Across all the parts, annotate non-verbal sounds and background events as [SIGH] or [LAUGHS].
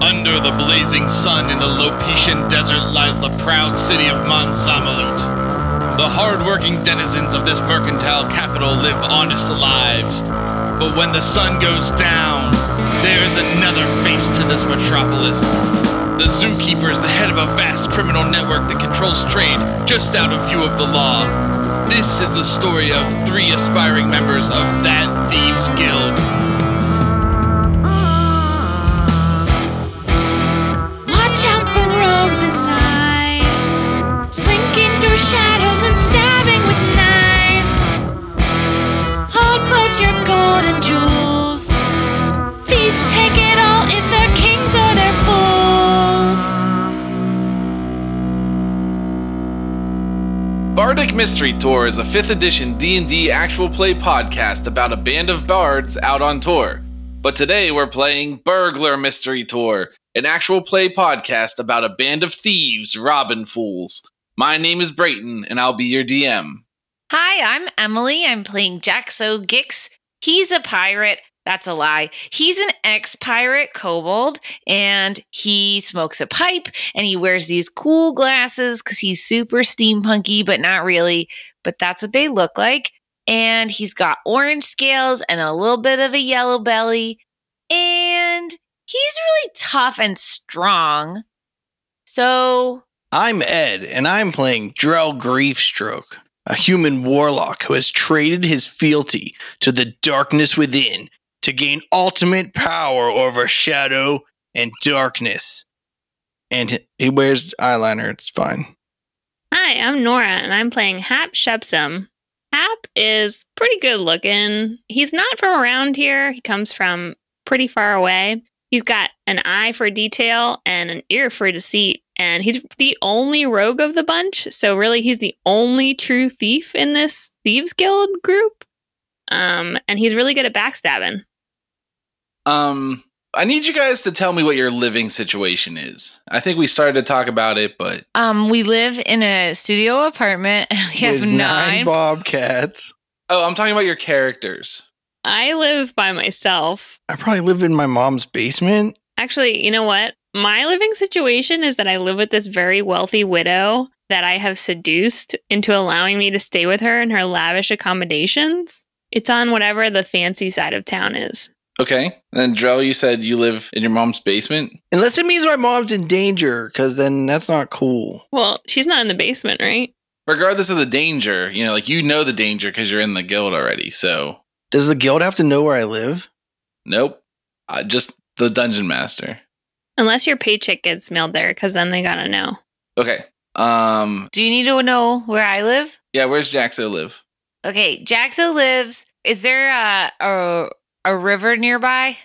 Under the blazing sun in the Lopetian desert lies the proud city of Manzamalut. The hard-working denizens of this mercantile capital live honest lives. But when the sun goes down, there is another face to this metropolis. The zookeeper is the head of a vast criminal network that controls trade just out of view of the law. This is the story of three aspiring members of that thieves' guild. Watch out for rogues inside, slinking through shadows and stabbing with knives. Hold close your gold and jewels. Thieves take it all if they're kings or they're fools. Bardic Mystery Tour is a 5th edition D&D actual play podcast about a band of bards out on tour. But today we're playing Burglar Mystery Tour, an actual play podcast about a band of thieves robbing fools. My name is Brayton and I'll be your DM. Hi, I'm Emily. I'm playing Jaxo Gix. He's a pirate. That's a lie. He's an ex pirate kobold and he smokes a pipe and he wears these cool glasses because he's super steampunky, but not really. But that's what they look like. And he's got orange scales and a little bit of a yellow belly. And he's really tough and strong. So I'm Ed, and I'm playing Drell Griefstroke, a human warlock who has traded his fealty to the darkness within to gain ultimate power over shadow and darkness. And he- he wears eyeliner, it's fine. Hi, I'm Nora, and I'm playing Hap Shepsum. Hap is pretty good looking. He's not from around here. He comes from pretty far away. He's got an eye for detail and an ear for deceit, and he's the only rogue of the bunch. So really, he's the only true thief in this thieves guild group. Um, and he's really good at backstabbing. Um I need you guys to tell me what your living situation is. I think we started to talk about it, but Um, we live in a studio apartment. [LAUGHS] We have With nine. bobcats. Oh, I'm talking about your characters. I live by myself. I probably live in my mom's basement. Actually, you know what? My living situation is that I live with this very wealthy widow that I have seduced into allowing me to stay with her in her lavish accommodations. It's on whatever the fancy side of town is. Okay. And then Drell, you said you live in your mom's basement? Unless it means my mom's in danger, because then that's not cool. Well, she's not in the basement, right? regardless of the danger, you know, like you know the danger because you're in the guild already. So, Does the guild have to know where I live? nope, uh, just the dungeon master. Unless your paycheck gets mailed there, because then they gotta know. Okay. Um. Do you need to know where I live? Yeah. Where's Jaxo live? Okay, Jaxo lives. Is there a a, a river nearby?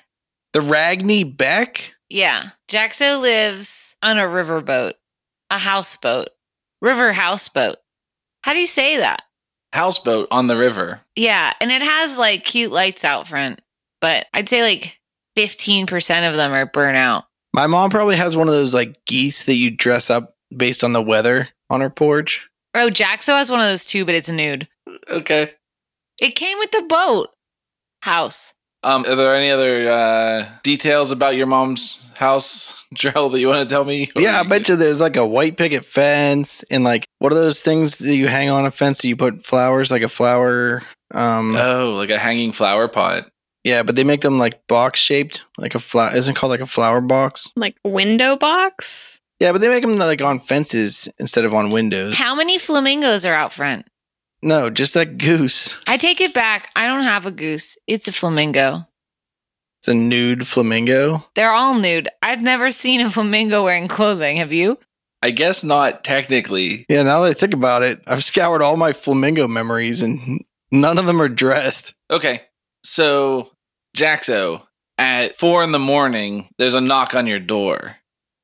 The Ragni Beck? Yeah, Jaxo lives on a riverboat, a houseboat, river houseboat. How do you say that? Houseboat on the river. Yeah, and it has like cute lights out front, but I'd say like fifteen percent of them are burnout. My mom probably has one of those like geese that you dress up based on the weather on her porch. Oh, Jaxo has one of those too, but it's nude. Okay. It came with the boat house. Um. Are there any other uh, details about your mom's house, [LAUGHS] Drell, that you want to tell me? Oh, Or yeah, I bet you there's like a white picket fence and like what are those things that you hang on a fence that you put flowers like a flower um Oh, like a hanging flower pot. yeah, but they make them like box shaped, like a flower isn't it called like a flower box. Like window box? Yeah, but they make them like on fences instead of on windows. How many flamingos are out front? No, just that goose. I take it back. I don't have a goose. It's a flamingo. It's a nude flamingo. They're all nude. I've never seen a flamingo wearing clothing. Have you? I guess not technically. Yeah, now that I think about it, I've scoured all my flamingo memories and none of them are dressed. Okay. So, Jaxo, at four in the morning, there's a knock on your door.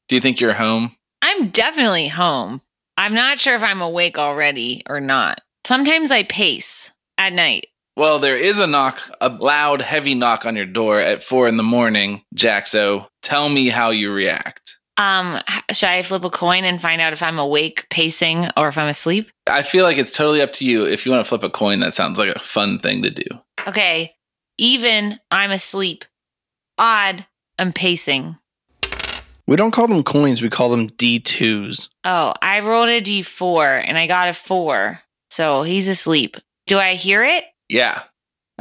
Do you think you're home? I'm definitely home. I'm not sure if I'm awake already or not. Sometimes I pace at night. Well, there is a knock, a loud, heavy knock on your door at four in the morning, Jaxo. Tell me how you react. Um, h- should I flip a coin and find out if I'm awake, pacing, or if I'm asleep? I feel like it's totally up to you. If you want to flip a coin, that sounds like a fun thing to do. Okay. Even, I'm asleep. Odd, I'm pacing. We don't call them coins, we call them D2s. Oh, I rolled a d4 and I got a four. So he's asleep. Do I hear it? Yeah.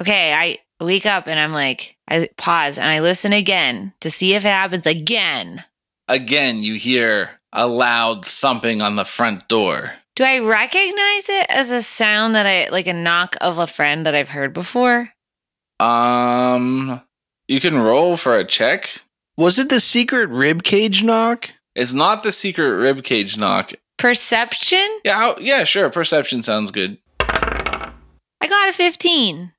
Okay. I wake up and I'm like, I pause and I listen again to see if it happens again. Again, you hear a loud thumping on the front door. Do I recognize it as a sound that I like a knock of a friend that I've heard before? Um, you can roll for a check. Was it the secret rib cage knock? It's not the secret ribcage knock. Perception? Yeah, I'll- yeah, sure. Perception sounds good. I got a 15.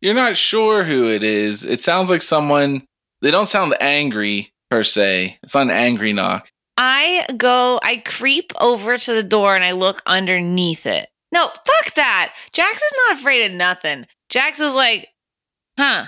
You're not sure who it is. It sounds like someone. They don't sound angry per se. It's not an angry knock. I go, I creep over to the door and I look underneath it. No, fuck that. Jax is not afraid of nothing. Jax is like, huh,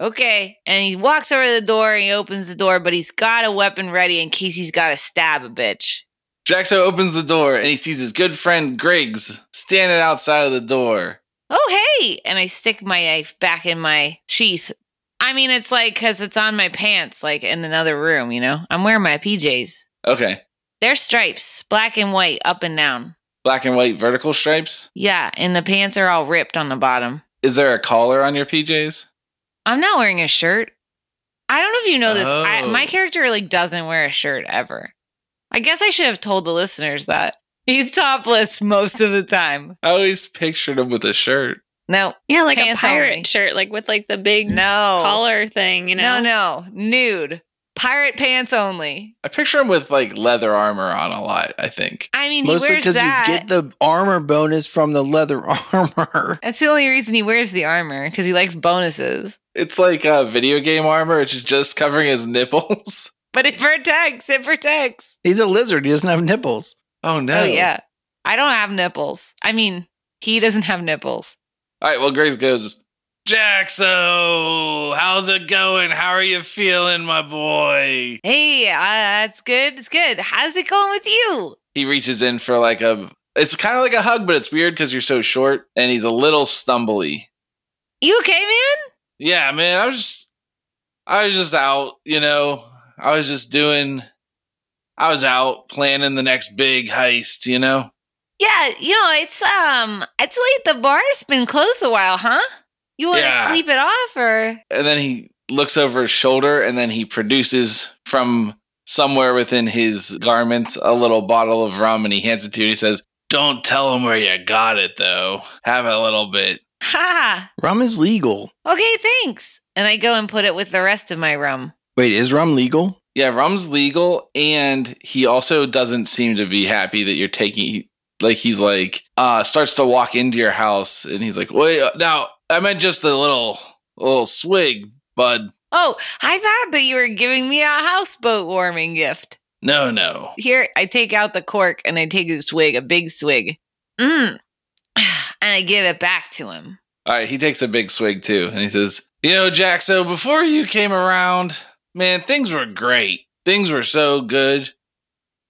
okay. And he walks over to the door and he opens the door, but he's got a weapon ready in case he's got to stab a bitch. Jaxo opens the door and he sees his good friend Griggs standing outside of the door. Oh, hey. And I stick my knife back in my sheath. I mean, it's like, because it's on my pants, like in another room, you know? I'm wearing my PJs. Okay. They're stripes, black and white, up and down. Black and white vertical stripes. Yeah, and the pants are all ripped on the bottom. Is there a collar on your PJs? I'm not wearing a shirt. I don't know if you know this. I, my Oh. character like doesn't wear a shirt ever. I guess I should have told the listeners that he's topless most of the time. I always pictured him with a shirt. No, Yeah, like Pants a pirate only. shirt, like with like the big no, collar thing, you know? no, no, nude, pirate pants only. I picture him with like leather armor on a lot, I think. I mean, Mostly he wears because you that. get the armor bonus from the leather [LAUGHS] armor. That's the only reason he wears the armor because he likes bonuses. It's like a video game armor, it's just covering his nipples. [LAUGHS] But it protects. It protects. He's a lizard. He doesn't have nipples. Oh no. Oh yeah. I don't have nipples. I mean, he doesn't have nipples. All right, well, Grace goes, Jaxo, how's it going? How are you feeling, my boy? Hey, uh, it's good. It's good. How's it going with you? He reaches in for like a, it's kind of like a hug, but it's weird because you're so short and he's a little stumbly. You okay, man? Yeah, man, I was just, I was just out, you know, I was just doing, I was out planning the next big heist, you know? Yeah, you know it's um, it's late. The bar's been closed a while, huh? You want to Yeah. sleep it off, or and then he looks over his shoulder and then he produces from somewhere within his garments a little bottle of rum and he hands it to you. He says, Don't tell him where you got it though. Have a little bit. ha? Rum is legal. Okay, thanks. And I go and put it with the rest of my rum. Wait, is rum legal? Yeah, rum's legal and he also doesn't seem to be happy that you're taking he- like he's like uh starts to walk into your house and he's like, "Wait, uh, now I meant just a little a little swig, bud." Oh, I thought that you were giving me a houseboat warming gift. No, no. Here, I take out the cork and I take a swig, a big swig. Mm. [SIGHS] And I give it back to him. All right, he takes a big swig too, and he says, "You know, Jack. So before you came around, man, things were great. Things were so good,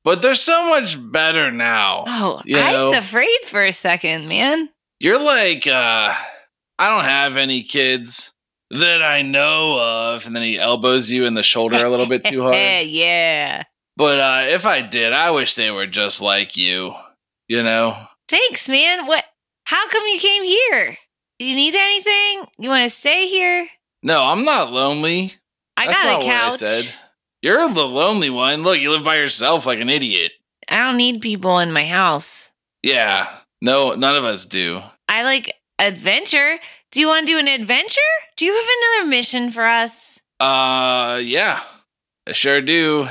but they're so much better now. Oh, You I was know. afraid for a second, man. You're like, uh, I don't have any kids that I know of." And then he elbows you in the shoulder a little bit [LAUGHS] too hard. yeah. But uh, if I did, I wish they were just like you. You know, Thanks, man. What? How come you came here? Do you need anything? You want to stay here? no, I'm not lonely. I That's got not what a I couch. said. You're the lonely one. Look, you live by yourself like an idiot. I don't need people in my house. Yeah. No, none of us do. I like adventure. Do you want to do an adventure? Do you have another mission for us? Uh yeah. I sure do.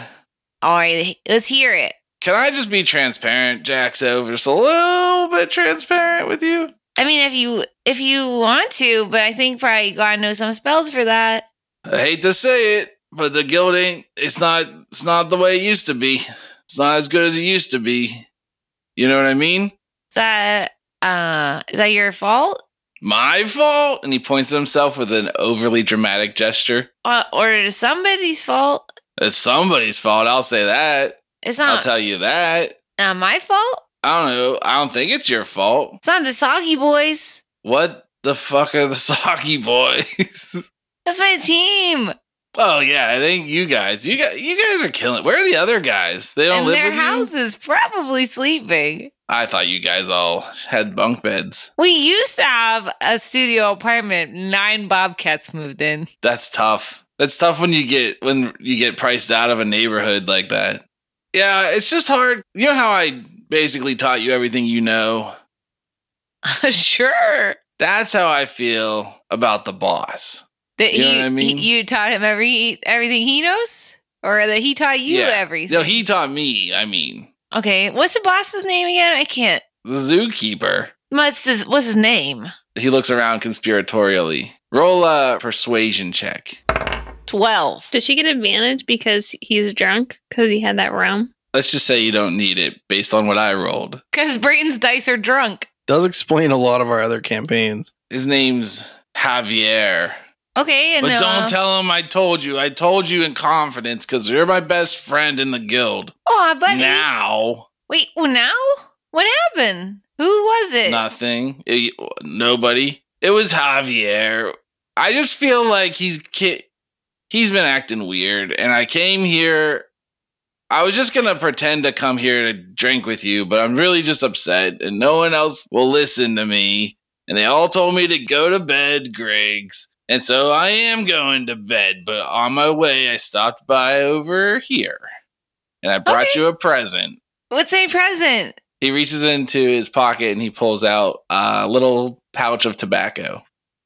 All right, let's hear it. Can I just be transparent, Jaxo? Just a little bit transparent with you? I mean, if you if you want to, but I think probably God knows some spells for that. I hate to say it, but the guild ain't it's not it's not the way it used to be. It's not as good as it used to be. You know what I mean? Is that uh is that your fault? My fault? And he points at himself with an overly dramatic gesture. Uh, or is somebody's fault? It's somebody's fault. I'll say that. It's I'll not tell you that. not my fault. I don't know. I don't think it's your fault. It's not the Soggy Boys. What the fuck are the [LAUGHS] Saki boys? [LAUGHS] That's my team. oh yeah, it ain't you guys. You guys, you guys are killing. Where are the other guys? They don't And live their with house you. is probably sleeping. I thought you guys all had bunk beds. We used to have a studio apartment. Nine Bobcats moved in. [LAUGHS] That's tough. That's tough when you get when you get priced out of a neighborhood like that. Yeah, it's just hard. You know how I basically taught you everything you know. sure. That's how I feel about the boss. That You know he, what I mean? he- you taught him every everything he knows, or that he taught you Yeah. everything. No, he taught me. I mean, okay, what's the boss's name again? I can't. the zookeeper. What's his What's his name? He looks around conspiratorially. Roll a persuasion check. Twelve. Does she get advantage because he's drunk? Because he had that rum? Let's just say you don't need it based on what I rolled. Because Brayton's dice are drunk. Does explain a lot of our other campaigns. His name's Javier. Okay, and But uh, don't tell him I told you. I told you in confidence because you're my best friend in the guild. Aw, buddy. Now, oh, Wait, well, now what happened? Who was it? nothing. It- nobody. It was Javier. I just feel like he's ki- he's been acting weird, and I came here. I was just gonna pretend to come here to drink with you, but I'm really just upset, and no one else will listen to me. And they all told me to go to bed, Griggs. And so I am going to bed, but on my way, I stopped by over here, and I brought Okay. you a present What's a present? he reaches into his pocket and he pulls out a little pouch of tobacco.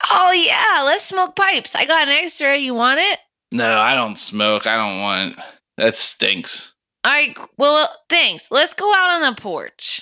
Oh yeah, let's smoke pipes. I got an extra. You want it? No, I don't smoke. I don't want that stinks. All right. Well, thanks. Let's go out on the porch,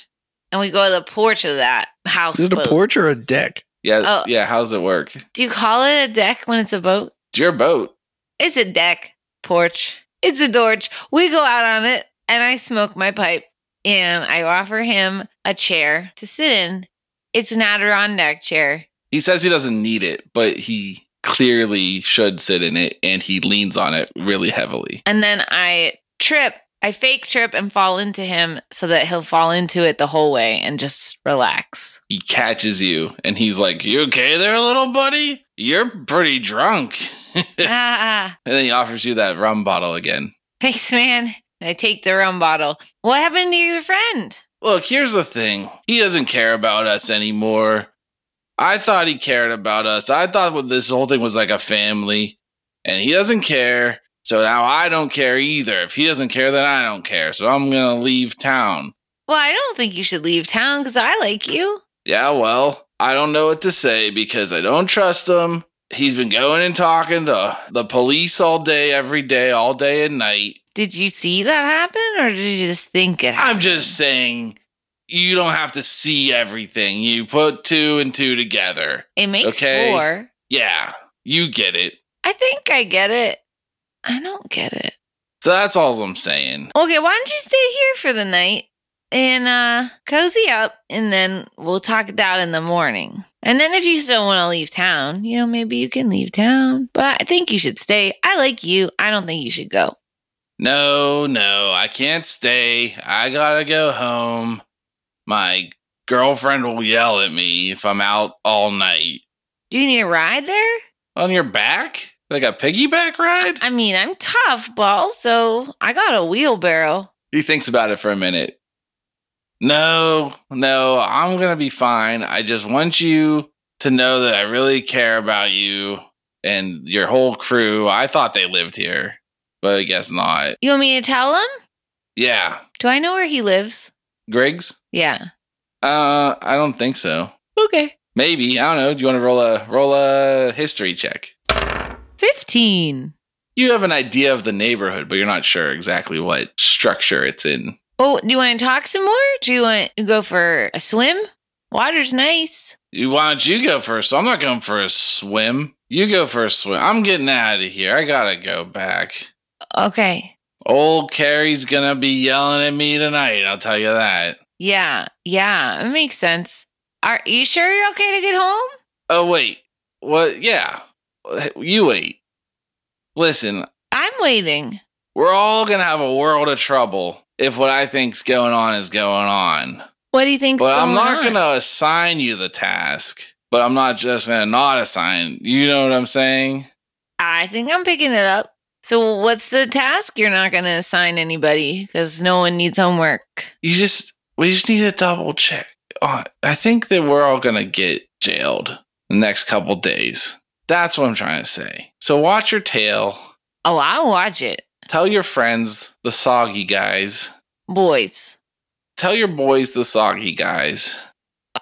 and we go to the porch of that house. Is it a boat. porch or a deck? Yeah, Oh. yeah. How's it work? Do you call it a deck when it's a boat? It's your boat. It's a deck porch. It's a dorch. We go out on it, and I smoke my pipe, and I offer him a chair to sit in. It's an Adirondack chair. He says he doesn't need it, but he clearly should sit in it, and he leans on it really heavily. And then I trip, I fake trip and fall into him so that he'll fall into it the whole way and just [LAUGHS] relax. He catches you, and he's like, "You okay there, little buddy? You're pretty drunk." and ah, then he offers you that rum bottle again. thanks, man. And I take the rum bottle. What happened to your friend? Look, here's the thing. He doesn't care about us anymore. I thought he cared about us. I thought what this whole thing was like a family, and he doesn't care. So now I don't care either. If he doesn't care, then I don't care. So I'm going to leave town. Well, I don't think you should leave town because I like you. Yeah, well, I don't know what to say because I don't trust him. He's been going and talking to the police all day, every day, all day and night. Did you see that happen or did you just think it happened? I'm just saying, you don't have to see everything. You put two and two together. It makes okay. four. Yeah, you get it. I think I get it. I don't get it. So that's all I'm saying. Okay, why don't you stay here for the night and uh cozy up and then we'll talk it out in the morning. And then if you still want to leave town, you know, maybe you can leave town. But I think you should stay. I like you. I don't think you should go. No, no, I can't stay. I gotta go home. My girlfriend will yell at me if I'm out all night. Do you need a ride there? On your back? Like a piggyback ride? I mean, I'm tough, but also I got a wheelbarrow. He thinks about it for a minute. No, no, I'm gonna be fine. I just want you to know that I really care about you and your whole crew. I thought they lived here, but I guess not. You want me to tell him? Yeah, Do I know where he lives? Griggs? Yeah. Uh, I don't think so. Okay. Maybe I don't know. Do you want to roll a roll a history check? 15. You have an idea of the neighborhood, but you're not sure exactly what structure it's in. Oh, do you want to talk some more? Do you want to go for a swim? Water's nice. You- Why don't you go first? I'm not going for a swim. You go for a swim. I'm getting out of here. I gotta go back. Okay. Old Carrie's gonna be yelling at me tonight. I'll tell you that. Yeah. Yeah. It makes sense. Are you sure you're okay to get home? Oh wait, what? Yeah, you wait. Listen, I'm waiting. We're all gonna have a world of trouble if what I think's going on is going on. What do you think? But I'm not gonna assign you the task. But I'm not just gonna not assign. You know what I'm saying? I think I'm picking it up. So what's the task? You're not gonna assign anybody because no one needs homework. You just we just need to double check. Uh, I think that we're all gonna get jailed the next couple days. That's what I'm trying to say. So watch your tail. Oh, I'll watch it, Tell your friends, the soggy guys. boys. Tell your boys, the soggy guys.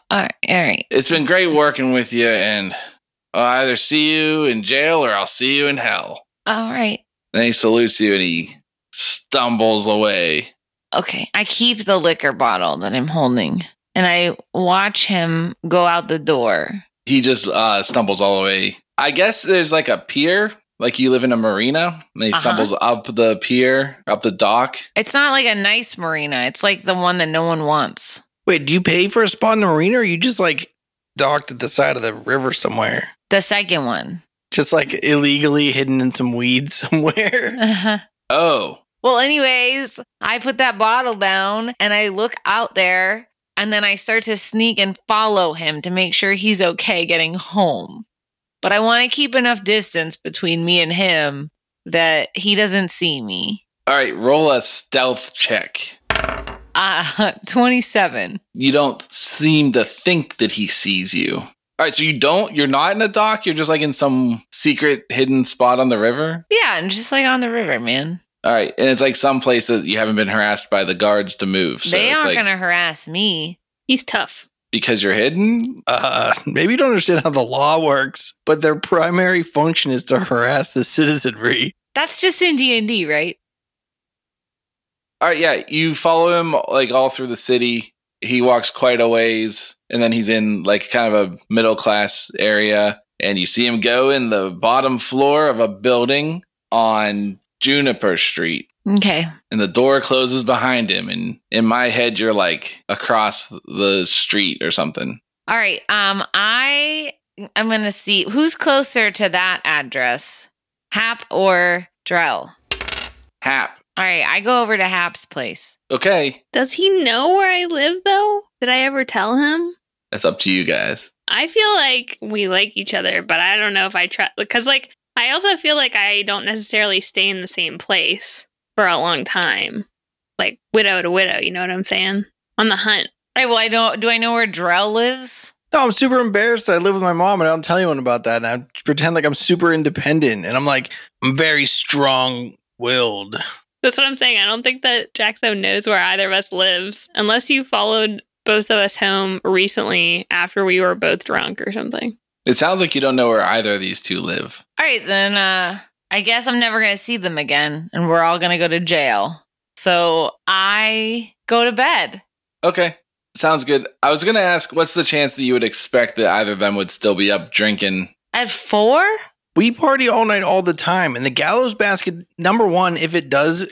All right, all right. It's been great working with you, and I'll either see you in jail or I'll see you in hell. All right. Then he salutes you and he stumbles away. Okay, I keep the liquor bottle that I'm holding and I watch him go out the door. He just uh, stumbles all the way. I guess there's like a pier, like you live in a marina, and he Uh-huh. stumbles up the pier, up the dock. It's not like a nice marina, it's like the one that no one wants. Wait, do you pay for a spot in the marina or you just like docked at the side of the river somewhere? The second one. Just like illegally hidden in some weeds [LAUGHS] somewhere? well, Oh, anyways, I put that bottle down and I look out there and then I start to sneak and follow him to make sure he's okay getting home. But I want to keep enough distance between me and him that he doesn't see me. all right, roll a stealth check. Uh, [LAUGHS] 27. You don't seem to think that he sees you. All right, so you don't, you're not in a dock, you're just like in some secret hidden spot on the river. Yeah, and just like on the river, man. All right, and it's like some place that you haven't been harassed by the guards to move. So they it's aren't like gonna harass me. He's tough. because you're hidden. Uh, maybe you don't understand how the law works, but their primary function is to harass the citizenry. That's just in D and D, right? All right, yeah, you follow him like all through the city. He walks quite a ways, and then he's in like kind of a middle class area, and you see him go in the bottom floor of a building on Juniper Street. Okay. and the door closes behind him and in my head you're like across the street or something All right. Um, I I'm gonna see who's closer to that address, Hap or Drell. hap All right, I go over to Hap's place. okay Does he know where I live though? Did I ever tell him? that's up to you guys I feel like we like each other, but I don't know if I trust because like I also feel like I don't necessarily stay in the same place for a long time. Like widow to widow, you know what I'm saying? On the hunt. All right. Well, I know. Do I know where Drell lives? No, I'm super embarrassed. that I live with my mom and I don't tell anyone about that. And I pretend like I'm super independent and I'm like, I'm very strong willed. That's what I'm saying. I don't think that Jaxo knows where either of us lives unless you followed both of us home recently after we were both drunk or something. it sounds like you don't know where either of these two live All right, then. Uh, I guess I'm never gonna see them again, and we're all gonna go to jail. So I go to bed. okay sounds good i was gonna ask what's the chance that you would expect that either of them would still be up drinking At four? We party all night, all the time. And the gallows basket, number one, if it does,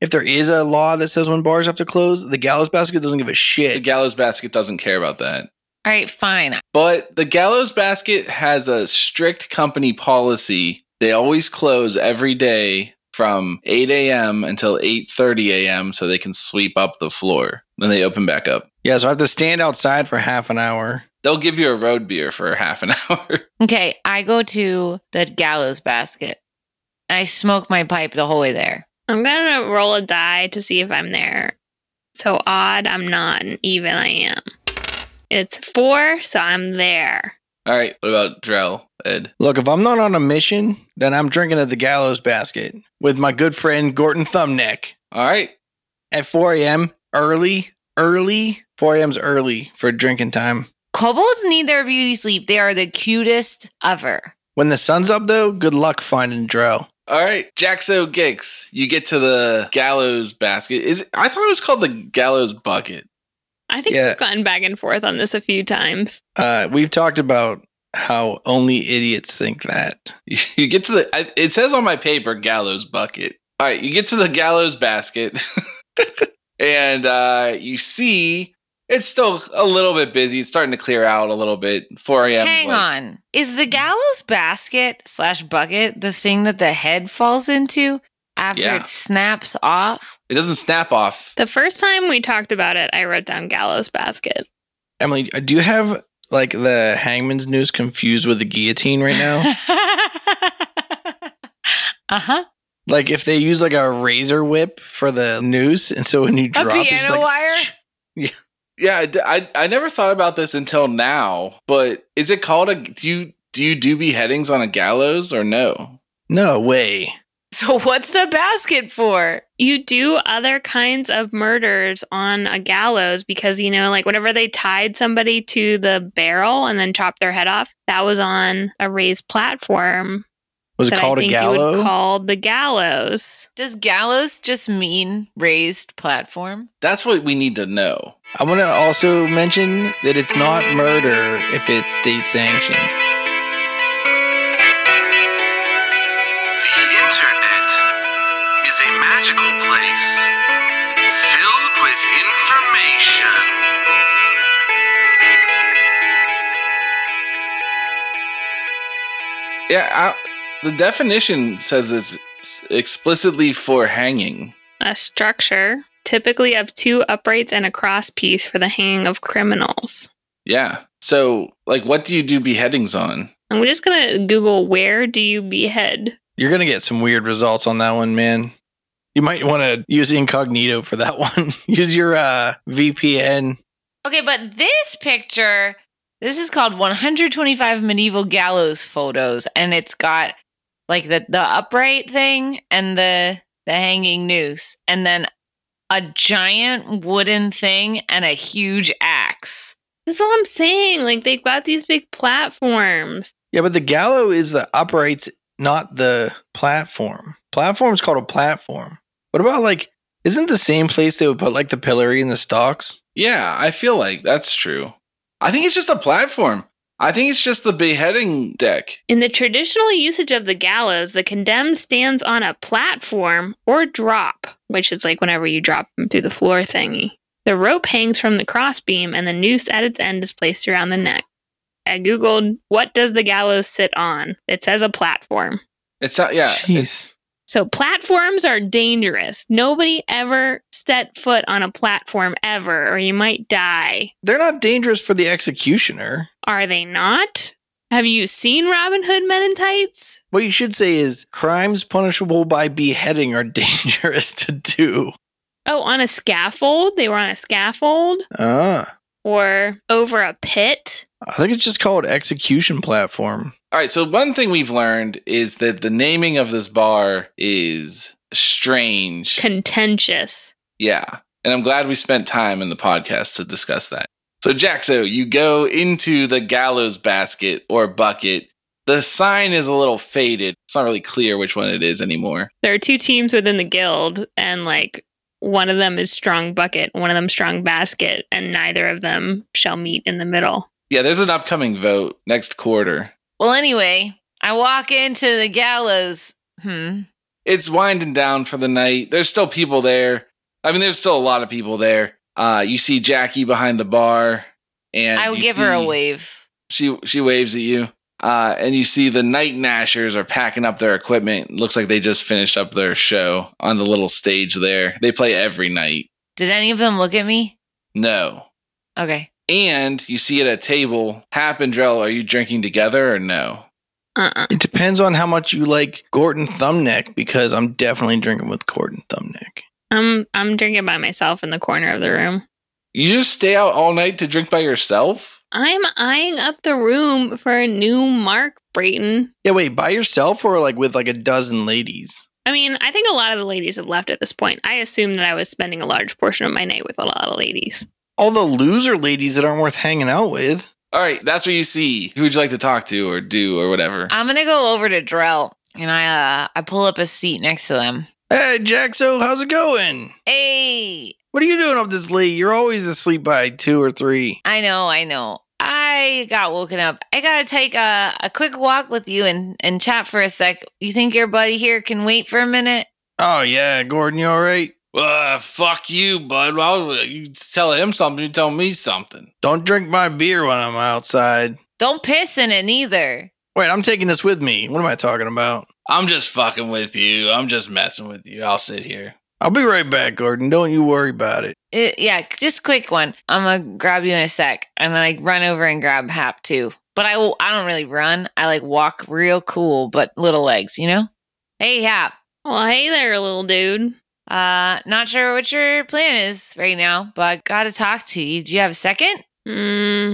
if there is a law that says when bars have to close, the gallows basket doesn't give a the shit. gallows basket doesn't care about that All right, fine. But the Gallows Basket has a strict company policy. They always close every day from 8 a.m. until 8:30 a.m. so they can sweep up the floor. Then they open back up. Yeah, so I have to stand outside for half an hour. They'll give you a road beer for half an [LAUGHS] hour. Okay, I go to the gallows basket. I smoke my pipe the whole way there. I'm gonna roll a die to see if I'm there. So odd, I'm not, and even I am. It's four, so I'm there. All right. What about Drell, Ed? Look, if I'm not on a mission, then I'm drinking at the gallows basket with my good friend Gorton Thumbneck All right. at 4 a.m. early, early. 4 a.m.'s early for drinking time. Kobolds need their beauty sleep. They are the cutest ever. When the sun's up, though, good luck finding Drell. All right, Jaxo Giggs, you get to the gallows basket. Is I thought it was called the gallows bucket. [LAUGHS] I think Yeah. we've gone back and forth on this a few times. Uh, we've talked about how only idiots think that. You get to the. I- It says on my paper gallows bucket. All right, you get to the gallows basket, [LAUGHS] and uh, you see it's still a little bit busy. It's starting to clear out a little bit. Four a.m. 's Hang like- on. Is the gallows basket slash bucket the thing that the head falls into? after Yeah. it snaps off. It doesn't snap off. The first time we talked about it, I wrote down gallows basket. Emily, uh, do you have like the hangman's noose confused with the guillotine right [LAUGHS] [LAUGHS] now? uh huh. like if they use like a razor whip for the noose, and so when you drop, it's piano just like, wire? Yeah, I d- I, I never thought about this until now. But is it called a do you do you do beheadings on a gallows or no? No way. So what's the basket for? You do other kinds of murders on a gallows because, you know, like whenever they tied somebody to the barrel and then chopped their head off, that was on a raised platform. Was it that called I a think You would gallows? call the gallows. Does gallows just mean raised platform? That's what we need to know. I want to also mention that it's not murder if it's state sanctioned. The internet is a magical place filled with information. Yeah, I, the definition says it's s- explicitly for hanging. a structure, typically of two uprights and a cross piece for the hanging of criminals. Yeah. So, like, what do you do beheadings on? I'm just gonna Google where do you behead? You're gonna get some weird results on that one, man. You might want to use incognito for that [LAUGHS] one. use your uh, VPN. Okay, but this picture, this is called 125 medieval gallows photos, and it's got like the the upright thing and the the hanging noose, and then a giant wooden thing and a huge axe. That's what I'm saying. Like they've got these big platforms. Yeah, but the gallow is the uprights, not the platform. Platform's called a platform. What about like, isn't it the same place they would put like the pillory and the stocks? Yeah, I feel like that's true. I think it's just a platform. I think it's just the beheading deck. In the traditional usage of the gallows, the condemned stands on a platform or drop, which is like whenever you drop them through the floor thingy. The rope hangs from the crossbeam and the noose at its end is placed around the neck. I Googled, what does the gallows sit on? It says a platform. It's not, yeah. Jeez. So platforms are dangerous. Nobody ever set foot on a platform ever, or you might die. They're not dangerous for the executioner. Are they not? Have you seen Robin Hood Men in Tights? What you should say is crimes punishable by beheading are [LAUGHS] dangerous to do. Oh, on a scaffold? They were on a scaffold Ah, or over a pit? I think it's just called execution platform. All right. So, one thing we've learned is that the naming of this bar is strange. Contentious. yeah. And I'm glad we spent time in the podcast to discuss that. So, Jaxo, you go into the gallows basket or bucket. The sign is a little faded. It's not really clear which one it is anymore. There are two teams within the guild, and like one of them is strong bucket, one of them strong basket, and neither of them shall meet in the middle. Yeah, there's an upcoming vote next quarter. Well, anyway, I walk into the gallows. Hmm. It's winding down for the night. There's still people there. I mean, there's still a lot of people there. Uh, you see Jackie behind the bar, and I will you give her a see- wave. She she waves at you, uh, and you see the night nashers are packing up their equipment. Looks like they just finished up their show on the little stage there. They play every night. Did any of them look at me? No, Okay. and you see at a table, Hap and Drell. Are you drinking together or no? Uh-uh. It depends on how much you like Gordon Thumbneck because I'm definitely drinking with Gordon Thumbneck. I'm I'm drinking by myself in the corner of the room. You just stay out all night to drink by yourself. I'm eyeing up the room for a new Mark Brayton. Yeah, wait, by yourself or like with like a dozen ladies? I mean, I think a lot of the ladies have left at this point. I assumed that I was spending a large portion of my night with a lot of ladies. All the loser ladies that aren't worth hanging out with. All right, that's what you see. Who would you like to talk to or do or whatever? I'm gonna go over to Drell and I uh I pull up a seat next to them. Hey, Jaxo, how's it going? Hey, What are you doing up this late? You're always asleep by two or three. I know, I know. I got woken up. I gotta take a, a quick walk with you and, and chat for a sec. You think your buddy here can wait for a minute? Oh, yeah, Gordon, you all right? Uh, fuck you, bud. Well, uh, you tell him something, you tell me something. Don't drink my beer when I'm outside. Don't piss in it neither. Wait, I'm taking this with me. What am I talking about? I'm just fucking with you. I'm just messing with you. I'll sit here. I'll be right back, Gordon. Don't you worry about it. Uh, yeah, just quick one. I'm gonna grab you in a sec, and then I run over and grab Hap too. But I will. I don't really run. I like walk real cool, but little legs, you know. Hey Hap, Well, hey there, little dude. uh, not sure what your plan is right now, but I gotta talk to you. Do you have a second? Hmm.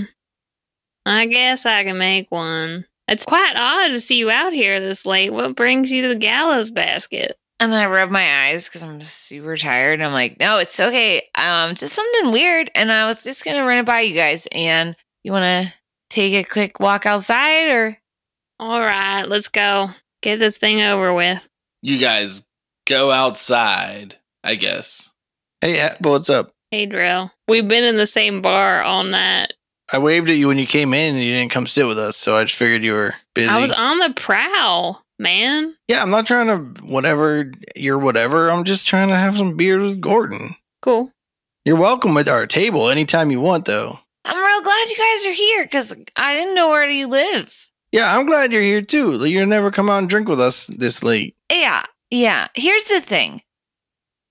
I guess I can make one. It's quite odd to see you out here this late. What brings you to the gallows basket? And then I rub my eyes because I'm just super tired. And I'm like, no, it's okay. Um, just something weird. And I was just gonna run it by you guys. And you wanna take a quick walk outside, or All right, let's go. Get this thing over with. You guys go outside, I guess. Hey, Hap, what's up? Hey, Drill. We've been in the same bar all night. I waved at you when you came in and you didn't come sit with us, so I just figured you were busy. I was on the prowl, man. yeah, I'm not trying to whatever you're whatever. I'm just trying to have some beer with Gordon. Cool. You're welcome at our table anytime you want, though. I'm real glad you guys are here because I didn't know where you live. Yeah, I'm glad you're here too. You'll never come out and drink with us this late. Yeah, yeah. Here's the thing.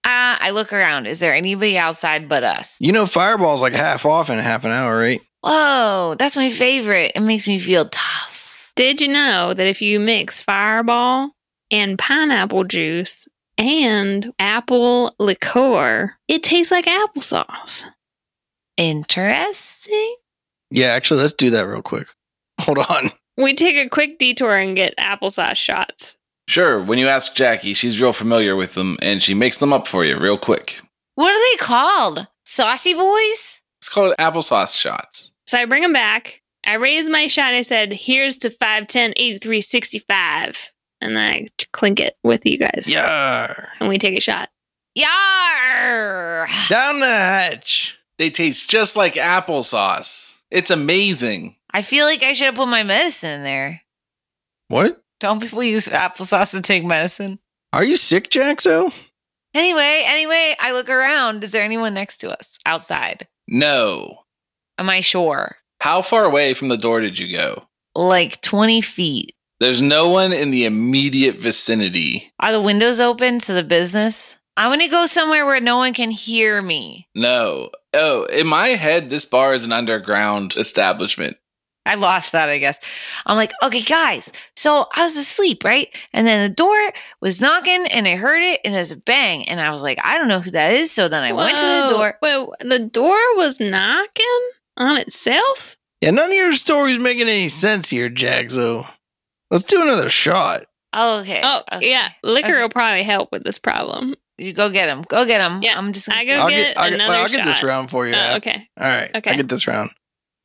Uh, I look around. Is there anybody outside but us? You know, Fireball's like half off in half an hour, right? Whoa, that's my favorite. It makes me feel tough. Did you know that if you mix fireball and pineapple juice and apple liqueur, it tastes like applesauce? Interesting. Yeah, actually, let's do that real quick. Hold on. [LAUGHS] We take a quick detour and get applesauce shots. Sure, when you ask Jackie, she's real familiar with them and she makes them up for you real quick. What are they called? Saucy boys? It's called applesauce shots. So I bring them back. I raise my shot. I said, here's to 510 8365. And I clink it with you guys. Yeah, And we take a shot. Yar! down the hatch. They taste just like applesauce. It's amazing. I feel like I should have put my medicine in there. What? Don't people use applesauce to take medicine? Are you sick, Jaxo? Anyway, anyway, I look around. Is there anyone next to us outside? No. Am I sure? How far away from the door did you go? Like 20 feet. There's no one in the immediate vicinity. Are the windows open to the business? I'm going to go somewhere where no one can hear me. No. Oh, in my head, this bar is an underground establishment. I lost that, I guess. I'm like, okay, guys. So I was asleep, right? And then the door was knocking and I heard it and it was a bang. And I was like, I don't know who that is. So then I went to the Whoa. door. Wait, the door was knocking on itself? Yeah, none of your stories making any sense here, Jaxo. Let's do another shot. Oh, okay. Oh, okay. yeah. Liquor Okay. will probably help with this problem. You go get him. Go get him. Yeah, I'm just going I to go go. get- I'll, another I'll get this shot. round for you. Ab. Oh, okay. All right. Okay. I get this round.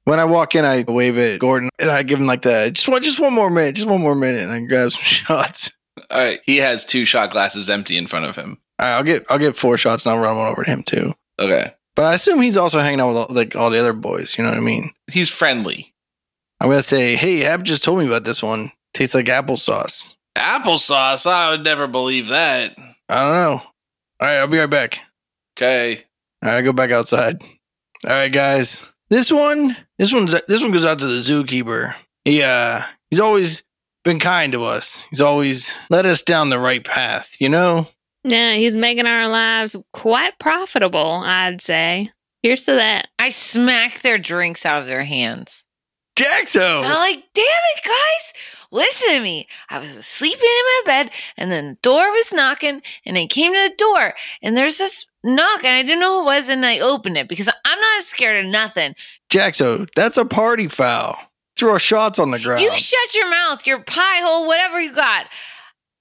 When I walk in, I wave at Gordon and I give him like the just one, just one more minute, just one more minute, and I grab some [LAUGHS] shots. All right, he has two shot glasses empty in front of him. All right, I'll get I'll get four shots and I'll run one over to him too. Okay. But I assume he's also hanging out with all, like all the other boys. You know what I mean? He's friendly. I'm gonna say, hey, Ab just told me about this one. Tastes like applesauce. Applesauce? I would never believe that. I don't know. All right, I'll be right back. Okay. All right, go back outside. All right, guys. This one, this one's this one goes out to the zookeeper. He uh, he's always been kind to us. He's always led us down the right path. You know. Yeah, he's making our lives quite profitable, I'd say. Here's to that. I smack their drinks out of their hands. Oh. Jaxo. And I'm like, damn it, guys. Listen to me. I was sleeping in my bed and then the door was knocking and I came to the door and there's this knock and I didn't know who it was and I opened it because I'm not scared of nothing. Jaxo, that's a party foul. Throw shots on the ground. You shut your mouth, your pie hole, whatever you got.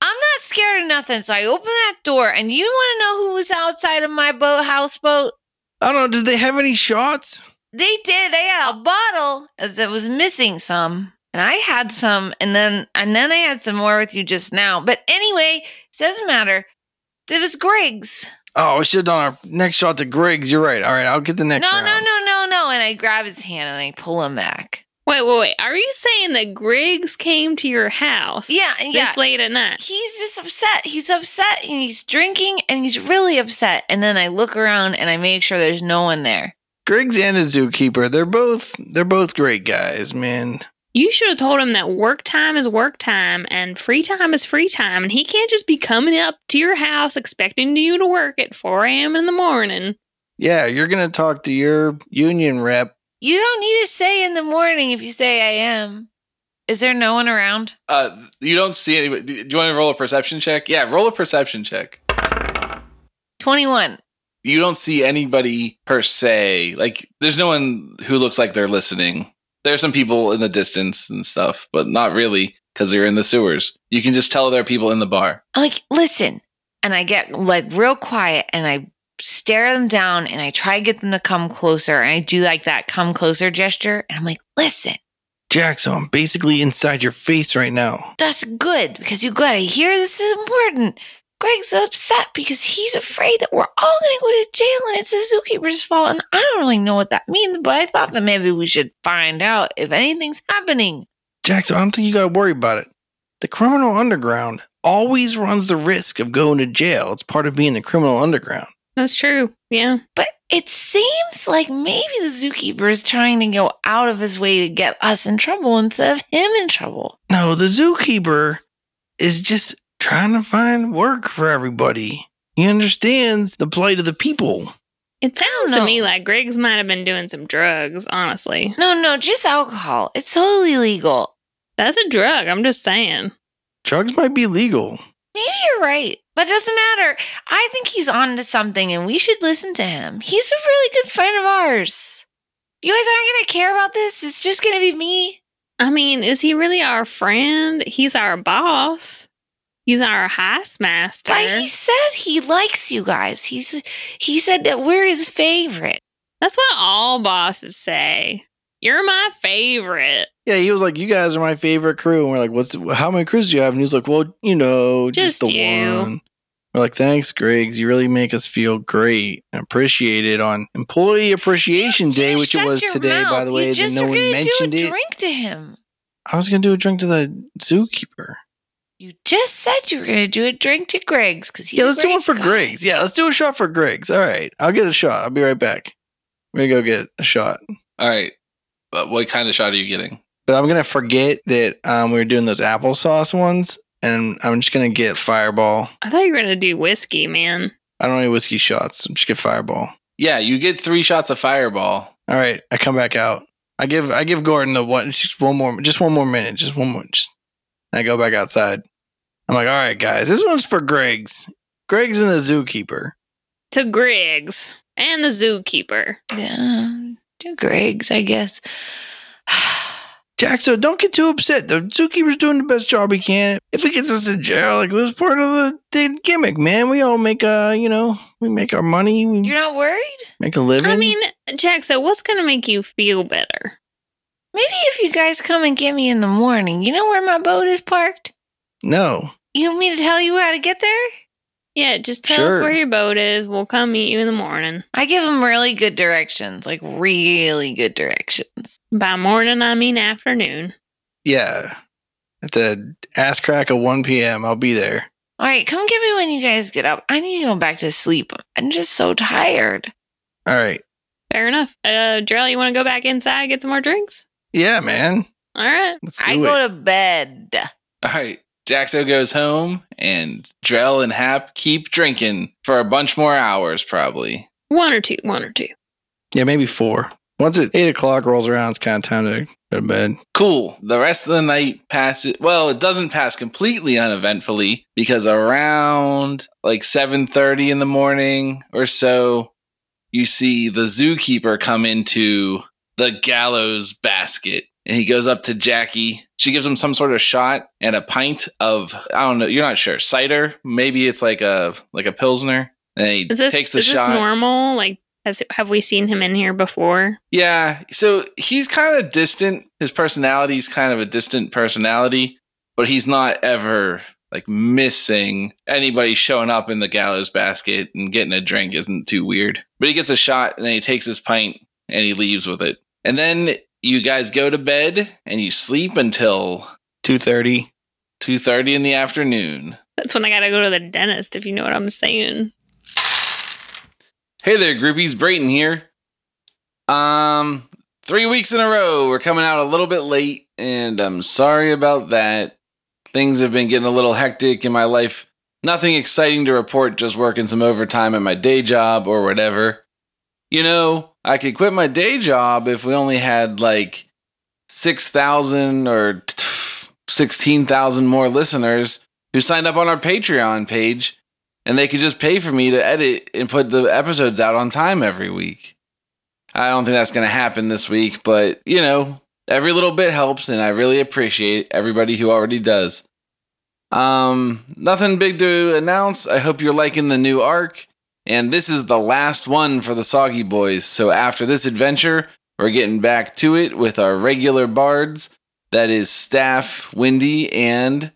I'm not scared of nothing. So I opened that door and you want to know who was outside of my boat, houseboat? I don't know. Did they have any shots? They did. They had a bottle as it was missing some. And I had some and then and then I had some more with you just now. But anyway, it doesn't matter. It was Griggs. Oh, we should have done our next shot to Griggs. You're right. All right, I'll get the next no, round. no, no, no, no. And I grab his hand and I pull him back. Wait, wait, wait. Are you saying that Griggs came to your house? Yeah, This yeah. late at night. He's just upset. He's upset and he's drinking and he's really upset. And then I look around and I make sure there's no one there. Griggs and the zookeeper, they're both they're both great guys, man. You should have told him that work time is work time and free time is free time, and he can't just be coming up to your house expecting you to work at 4 a.m. in the morning. Yeah, you're going to talk to your union rep. You don't need to say in the morning if you say I am. Is there no one around? Uh, you don't see anybody. Do you want to roll a perception check? Yeah, roll a perception check. 21. You don't see anybody per se. Like, there's no one who looks like they're listening. There's some people in the distance and stuff, but not really because they're in the sewers. You can just tell there are people in the bar. I'm like, listen. And I get like real quiet and I stare them down and I try to get them to come closer. And I do like that come closer gesture. And I'm like, listen, Jackson, I'm basically inside your face right now. that's good because you gotta hear this is important. Greg's upset because he's afraid that we're all gonna go to jail and it's the zookeeper's fault. And I don't really know what that means, but I thought that maybe we should find out if anything's happening. Jackson, I don't think you got to worry about it. The criminal underground always runs the risk of going to jail. It's part of being the criminal underground. That's true. Yeah. But it seems like maybe the zookeeper is trying to go out of his way to get us in trouble instead of him in trouble. No, the zookeeper is just trying to find work for everybody. He understands the plight of the people. It sounds to know. me like Griggs might have been doing some drugs, honestly. No, no, just alcohol. It's totally legal. That's a drug. I'm just saying. Drugs might be legal. Maybe you're right, but it doesn't matter. I think he's on to something and we should listen to him. He's a really good friend of ours. You guys aren't going to care about this. It's just going to be me. I mean, is he really our friend? He's our boss. He's our heist master. Like he said he likes you guys. He's he said that we're his favorite. That's what all bosses say. You're my favorite. Yeah, he was like, "You guys are my favorite crew," and we're like, "What's how many crews do you have?" And he's like, "Well, you know, just, Just the you." one." We're like, "Thanks, Griggs. You really make us feel great and appreciated on Employee Appreciation You Day, which it shut was your today, by mouth. the You way. That just no were one gonna mentioned do a it. Drink to him. I was gonna do a drink to the zookeeper. You just said you were gonna do a drink to Griggs because he's yeah, a let's do one great for guy. Griggs. Yeah, let's do a shot for Griggs. All right, I'll get a shot. I'll be right back. I'm gonna go get a shot, All right. But what kind of shot are you getting? but I'm gonna forget that um, we were doing those applesauce ones, and I'm just gonna get Fireball. I thought you were gonna do whiskey, man. I don't need whiskey shots. I'm just get Fireball. Yeah, you get three shots of fireball. All right, I come back out. I give I give Gordon the one just one more just one more minute, just one more. Just, and I go back outside. I'm like, all right, guys, this one's for Greg's. Greg's and the zookeeper. To Griggs and the zookeeper. Yeah, do Griggs, I guess. [SIGHS] Jack, so don't get too upset. The zookeeper's doing the best job he can. If it gets us in jail, like it was part of the, the gimmick, man. We all make uh, you know, we make our money, we You're not worried? make a living. I mean, Jack, so what's gonna make you feel better? Maybe if you guys come and get me in the morning, you know where my boat is parked? no, You want me to tell you how to get there? Yeah, just tell us Sure. where your boat is. We'll come meet you in the morning. I give him really good directions, like really good directions. By morning, I mean afternoon. yeah, at the ass crack of one p.m., I'll be there. All right, come get me when you guys get up. I need to go back to sleep. I'm just so tired. All right, Fair enough. Uh, Drell, you want to go back inside get some more drinks? yeah, man. All right. Let's do I it. go to bed. All right. Jaxo goes home and Drell and Hap keep drinking for a bunch more hours, probably. One or two. One or two. Yeah, maybe four. Once it eight o'clock rolls around, it's kind of time to go to bed. Cool. The rest of the night passes. Well, it doesn't pass completely uneventfully because around like 7:30 in the morning or so, you see the zookeeper come into the gallows basket and he goes up to Jackie. She gives him some sort of shot and a pint of I don't know, you're not sure, cider, maybe it's like a like a pilsner. And he Is this takes the is shot. this normal? Like, has have we seen him in here before? Yeah. So he's kind of distant. His personality is kind of a distant personality, but he's not ever like missing anybody showing up in the gallows basket and getting a drink isn't too weird. But he gets a shot and then he takes his pint and he leaves with it. And then you guys go to bed and you sleep until Two thirty. 2:30 in the afternoon. That's when I gotta go to the dentist. If you know what I'm saying. Hey there, groupies. Brayton here. Um, three weeks in a row, we're coming out a little bit late and I'm sorry about that. Things have been getting a little hectic in my life. Nothing exciting to report, just working some overtime at my day job or whatever. You know, I could quit my day job if we only had like 6,000 or 16,000 more listeners who signed up on our Patreon page and they could just pay for me to edit and put the episodes out on time every week. I don't think that's going to happen this week, but you know, every little bit helps and I really appreciate everybody who already does. Um, nothing big to announce. I hope you're liking the new arc. And this is the last one for the Soggy Boys. So after this adventure, we're getting back to it with our regular bards. That is Staff, Windy, and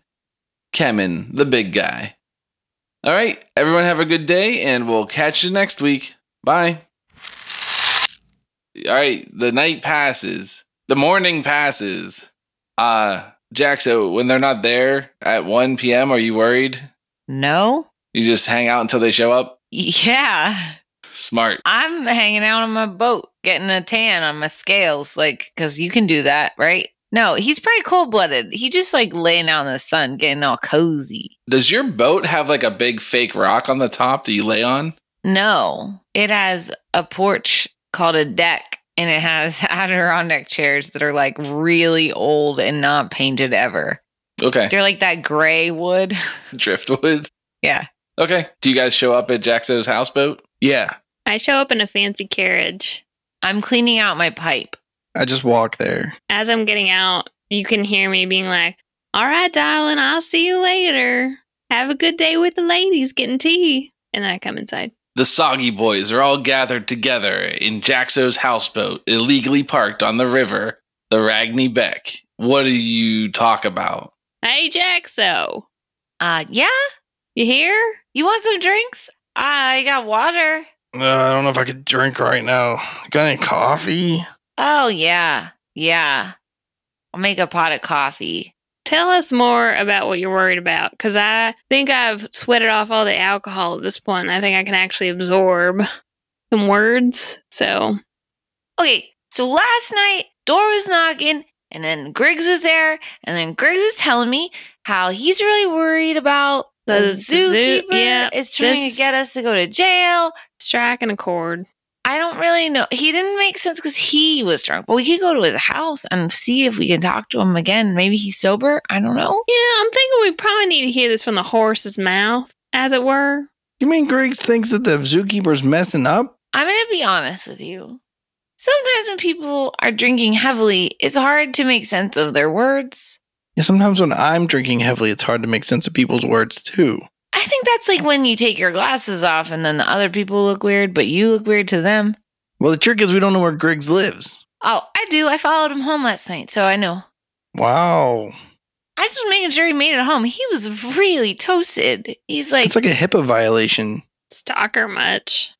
Kemen, the big guy. All right, everyone have a good day, and we'll catch you next week. Bye. All right, the night passes, the morning passes. Uh, Jack, so when they're not there at 1 p.m., are you worried? No? You just hang out until they show up? Yeah. Smart. I'm hanging out on my boat, getting a tan on my scales, like, because you can do that, right? No, he's pretty cold blooded. He just like laying out in the sun, getting all cozy. Does your boat have like a big fake rock on the top that you lay on? No, it has a porch called a deck and it has [LAUGHS] Adirondack chairs that are like really old and not painted ever. Okay. They're like that gray wood. [LAUGHS] Driftwood? Yeah. Okay. Do you guys show up at Jaxo's houseboat? Yeah, I show up in a fancy carriage. I'm cleaning out my pipe. I just walk there. As I'm getting out, you can hear me being like, All right, darling, I'll see you later. Have a good day with the ladies getting tea. And then I come inside. The Soggy Boys are all gathered together in Jaxo's houseboat, illegally parked on the river, the Ragney Beck. What do you talk about? Hey, Jaxo, Uh, yeah, you here? you want some drinks? I got water. Uh, I don't know if I could drink right now. Got any coffee? Oh, yeah. Yeah. I'll make a pot of coffee. Tell us more about what you're worried about because I think I've sweated off all the alcohol at this point. I think I can actually absorb some words. So, Okay, so last night, door was knocking, and then Griggs is there, and then Griggs is telling me how he's really worried about the, The zoo- zookeeper yeah, is trying this- to get us to go to jail. strike and a chord. I don't really know. He didn't make sense because he was drunk, but we could go to his house and see if we can talk to him again. Maybe he's sober. I don't know. Yeah, I'm thinking we probably need to hear this from the horse's mouth, as it were. You mean Griggs thinks that the zookeeper's messing up? I'm going to be honest with you. Sometimes when people are drinking heavily, it's hard to make sense of their words. Yeah, sometimes when I'm drinking heavily, it's hard to make sense of people's words too. I think that's like when you take your glasses off and then the other people look weird, but you look weird to them. Well, the trick is we don't know where Griggs lives. Oh, I do. I followed him home last night, so I know. Wow. I just was making sure he made it home. He was really toasted. He's like, It's like a HIPAA violation. Stalker much.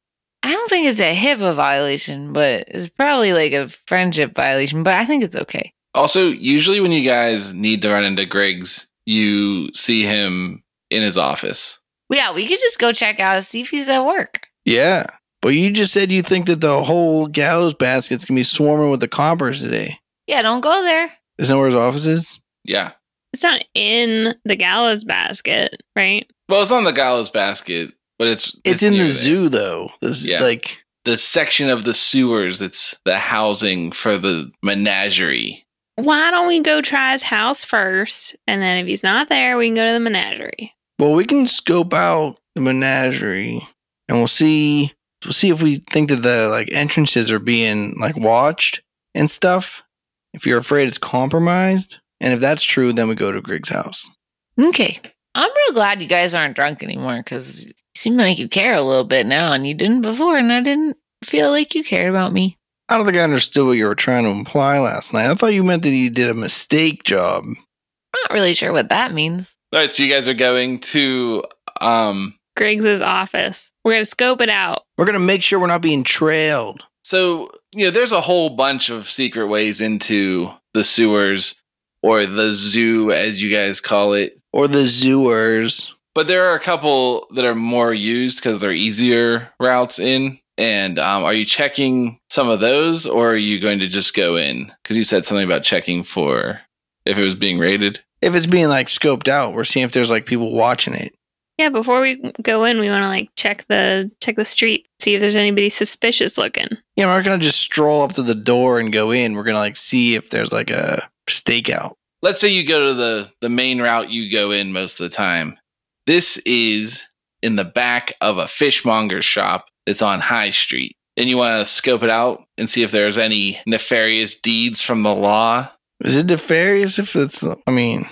I don't think it's a HIPAA violation, but it's probably like a friendship violation, but I think it's okay. Also, usually when you guys need to run into Griggs, you see him in his office. Yeah, we could just go check out, see if he's at work. Yeah. But you just said you think that the whole gallows basket's gonna be swarming with the coppers today. Yeah, don't go there. Isn't that where his office is? Yeah. It's not in the gallows basket, right? Well, it's on the gallows basket, but it's It's, in near the there. zoo though. This Yeah. like The section of the sewers that's the housing for the menagerie. Why don't we go try his house first? And then if he's not there, we can go to the menagerie. well, we can scope out the menagerie and we'll see we'll see if we think that the like entrances are being like watched and stuff. If you're afraid it's compromised. And if that's true, then we go to Griggs' house. Okay. I'm real glad you guys aren't drunk anymore because you seem like you care a little bit now, and you didn't before, and I didn't feel like you cared about me. I don't think I understood what you were trying to imply last night. I thought you meant that you did a mistake job. I'm not really sure what that means. All right, so you guys are going to um Griggs's office. We're going to scope it out. We're gonna make sure we're not being trailed. So, you know, there's a whole bunch of secret ways into the sewers or the zoo, as you guys call it. Or the zoers. But there are a couple that are more used because they're easier routes in. And um, are you checking some of those or are you going to just go in? Because you said something about checking for if it was being rated. If it's being like scoped out, we're seeing if there's like people watching it. Yeah, before we go in, we want to like check the check the street, see if there's anybody suspicious looking. Yeah, we're not gonna just stroll up to the door and go in. We're gonna like see if there's like a stakeout. Let's say you go to the the main route you go in most of the time. This is in the back of a fishmonger's shop that's on High Street. And you want to scope it out and see if there's any nefarious deeds from the law. Is it nefarious if it's? I mean,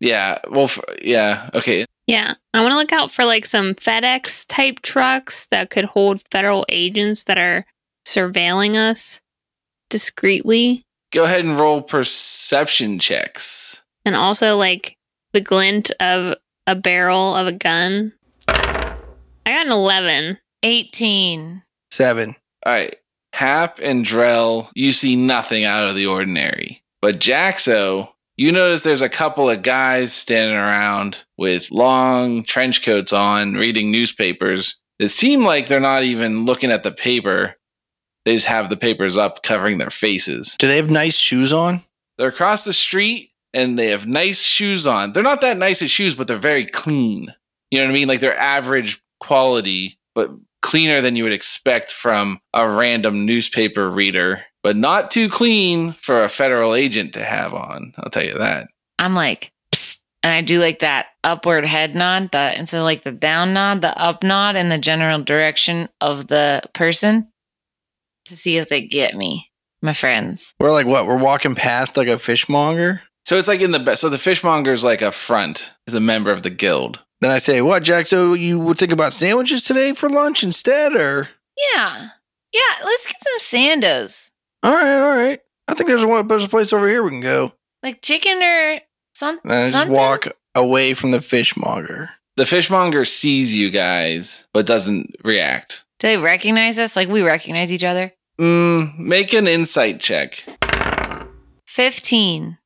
Yeah, well, f- yeah, okay. Yeah, I want to look out for like some FedEx type trucks that could hold federal agents that are surveilling us discreetly, Go ahead and roll perception checks. and also like the glint of a barrel of a gun. I got an eleven. 18. seven. All right. Hap and Drell, you see nothing out of the ordinary. But Jaxo, you notice there's a couple of guys standing around with long trench coats on, reading newspapers that seem like they're not even looking at the paper. They just have the papers up covering their faces. Do they have nice shoes on? They're across the street and they have nice shoes on. They're not that nice at shoes, but they're very clean. You know what I mean? Like they're average quality, but cleaner than you would expect from a random newspaper reader, but not too clean for a federal agent to have on. I'll tell you that. I'm like, Psst, and I do like that upward head nod, the instead of like the down nod, the up nod in the general direction of the person to see if they get me, my friends. We're like what? We're walking past like a fishmonger. So it's like in the best. So the fishmonger's like a front, is a member of the guild. Then I say, "What, Jack? So you would think about sandwiches today for lunch instead, or?" Yeah. Yeah. Let's get some sandos, All right, all right. I think there's one there's a place over here we can go. like chicken or some- And I just something. walk away from the fishmonger. The fishmonger sees you guys, but doesn't react. Do they recognize us? Like we recognize each other? Mm, make an insight check. 15.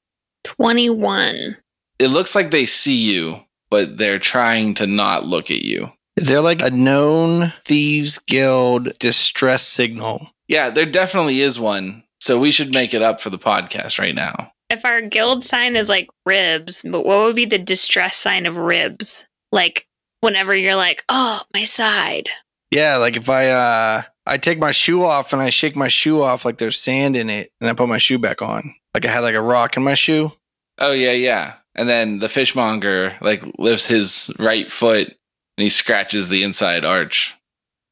21. it looks like they see you, but they're trying to not look at you. Is there like a known thieves guild distress signal? Yeah, there definitely is one. So we should make it up for the podcast right now. If our guild sign is like ribs, but what would be the distress sign of ribs? Like whenever you're like, oh, my side. Yeah, like if I uh I take my shoe off and I shake my shoe off like there's sand in it, and I put my shoe back on. Like I had like a rock in my shoe. Oh yeah, yeah. And then the fishmonger like lifts his right foot and he scratches the inside arch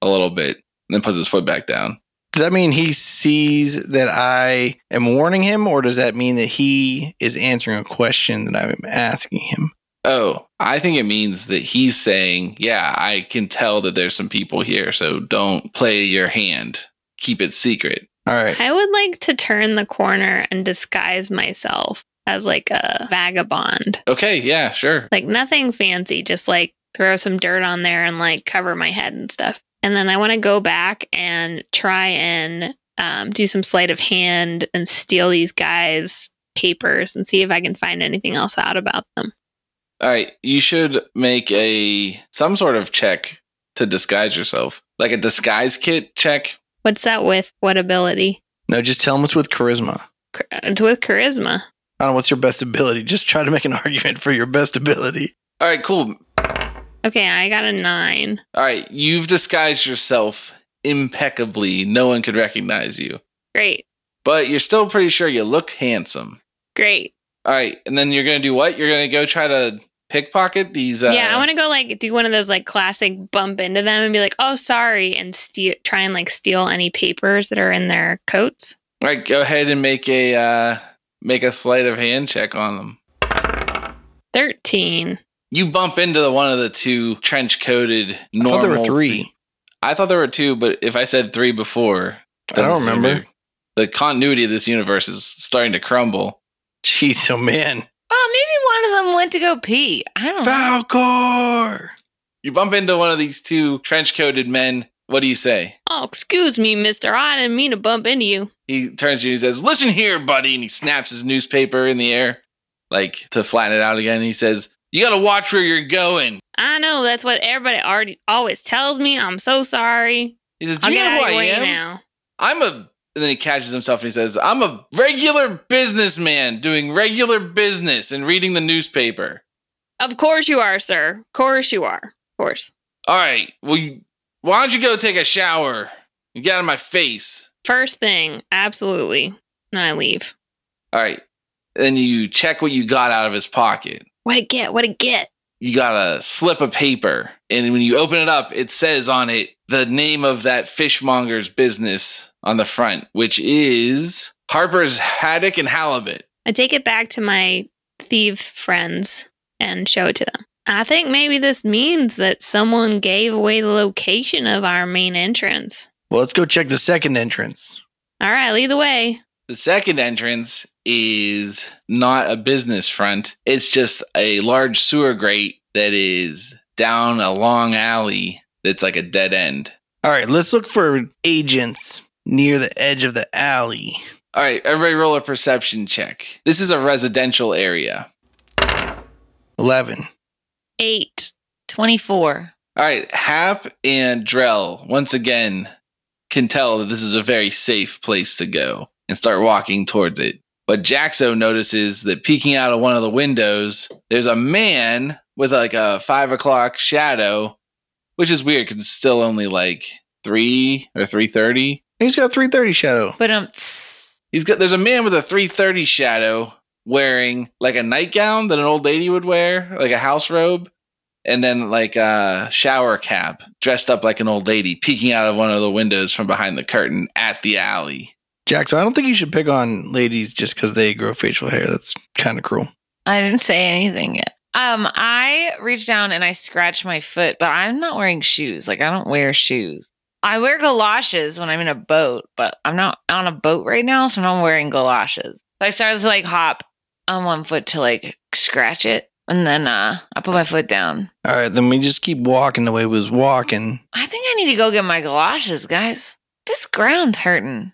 a little bit and then puts his foot back down. Does that mean he sees that I am warning him, or does that mean that he is answering a question that I'm asking him? Oh, I think it means that he's saying, "Yeah, I can tell that there's some people here, so don't play your hand. Keep it secret." All right. I would like to turn the corner and disguise myself as like a vagabond. Okay, yeah, sure. Like nothing fancy, just like throw some dirt on there and like cover my head and stuff. And then I want to go back and try and um, do some sleight of hand and steal these guys' papers and see if I can find anything else out about them. All right, you should make a some sort of check to disguise yourself, like a disguise kit check. What's that with? What ability? No, just tell him it's with charisma. Char- It's with charisma. I don't know what's your best ability. Just try to make an [LAUGHS] argument for your best ability. All right, cool. Okay, I got a nine. All right, you've disguised yourself impeccably. No one could recognize you, Great, but you're still pretty sure you look handsome. great. All right, and then you're gonna do what? You're gonna go try to pickpocket these. Uh, yeah, I want to go like do one of those like classic bump into them and be like, oh, sorry, and steal, try and like steal any papers that are in their coats. All right, go ahead and make a uh, make a sleight of hand check on them. 13. You bump into the one of the two trench coated I normal. thought there were three. I thought there were two, but if I said three before, I don't doesn't seem remember. to- The continuity of this universe is starting to crumble. Jeez, oh man. Oh, maybe one of them went to go pee. I don't know. Falcor! You bump into one of these two trench coated men. What do you say? Oh, excuse me, mister. I didn't mean to bump into you. He turns to you and says, Listen here, buddy. And he snaps his newspaper in the air, like to flatten it out again. He says, You got to watch where you're going. I know that's what everybody already always tells me. I'm so sorry. He says, Do I'll you get know out who of I your way am? now. I'm a And then he catches himself and he says, I'm a regular businessman doing regular business and reading the newspaper. Of course you are, sir. Of course you are. Of course. All right, well, you, why don't you go take a shower and get out of my face? First thing, absolutely. And I leave. All right. Then you check what you got out of his pocket. What it get? What it get? You got a slip of paper. And when you open it up, it says on it the name of that fishmonger's business on the front, which is Harper's Haddock and Halibut. I take it back to my thief friends and show it to them. I think maybe this means that someone gave away the location of our main entrance. Well, let's go check the second entrance. All right, lead the way. The second entrance is not a business front, it's just a large sewer grate that is down a long alley that's like a dead end. All right, let's look for agents near the edge of the alley. All right, everybody roll a perception check. This is a residential area. 11. Eight. 24. All right, Hap and Drell once again can tell that this is a very safe place to go and start walking towards it. But Jaxo notices that peeking out of one of the windows, there's a man with like a five o'clock shadow, which is weird because it's still only like three or three thirty. He's got a 330 shadow. But um, He's got there's a man with a three thirty shadow wearing like a nightgown that an old lady would wear, like a house robe, and then like a shower cap, dressed up like an old lady, peeking out of one of the windows from behind the curtain at the alley. Jack, so I don't think you should pick on ladies just because they grow facial hair. That's kind of cruel. I didn't say anything yet. Um, I reach down and I scratch my foot, but I'm not wearing shoes. Like I don't wear shoes. I wear galoshes when I'm in a boat, but I'm not on a boat right now, so I'm not wearing galoshes. So I started to like hop on one foot to like scratch it, and then uh, I put my foot down. All right, then we just keep walking the way we was walking. I think I need to go get my galoshes, guys. This ground's hurting.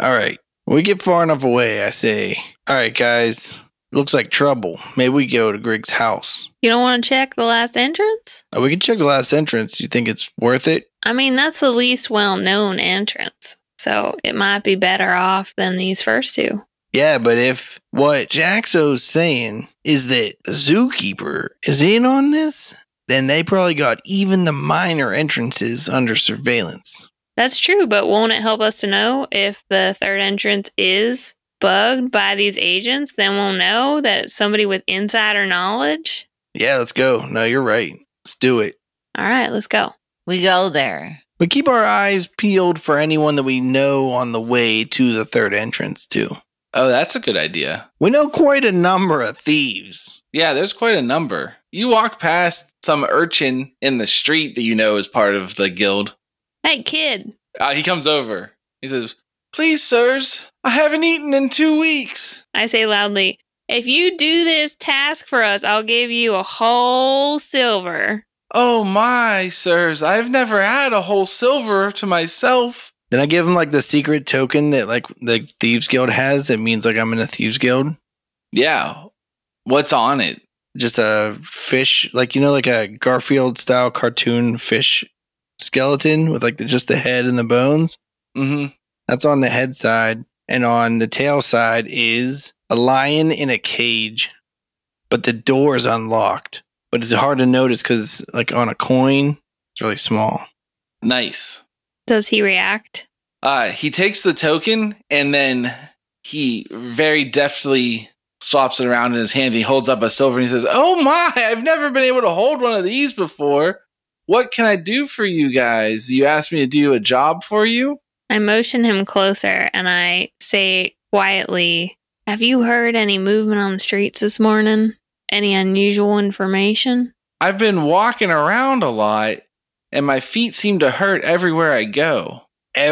All right. We get far enough away, I say. All right, guys. Looks like trouble. Maybe we go to Greg's house. You don't want to check the last entrance? Uh, we can check the last entrance. You think it's worth it? I mean, that's the least well known entrance. So it might be better off than these first two. Yeah, but if what Jaxo's saying is that the zookeeper is in on this, then they probably got even the minor entrances under surveillance. That's true, but won't it help us to know if the third entrance is bugged by these agents? Then we'll know that it's somebody with insider knowledge. Yeah, let's go. No, you're right. Let's do it. All right, let's go. We go there. But keep our eyes peeled for anyone that we know on the way to the third entrance, too. Oh, that's a good idea. We know quite a number of thieves. Yeah, there's quite a number. You walk past some urchin in the street that you know is part of the guild. Hey, kid. Uh, he comes over. He says, Please, sirs, I haven't eaten in two weeks. I say loudly, if you do this task for us, I'll give you a whole silver. Oh my, sirs, I've never had a whole silver to myself. Then I give him like the secret token that like the Thieves Guild has that means like I'm in a Thieves Guild. Yeah. What's on it? Just a fish, like you know, like a Garfield style cartoon fish skeleton with like the, just the head and the bones. Mm-hmm. That's on the head side. And on the tail side is a lion in a cage, but the door is unlocked. But it's hard to notice because, like, on a coin, it's really small. Nice. Does he react? Uh, he takes the token and then he very deftly swaps it around in his hand. He holds up a silver and he says, Oh my, I've never been able to hold one of these before. What can I do for you guys? You asked me to do a job for you? I motion him closer and I say quietly, Have you heard any movement on the streets this morning? Any unusual information? I've been walking around a lot and my feet seem to hurt everywhere I go.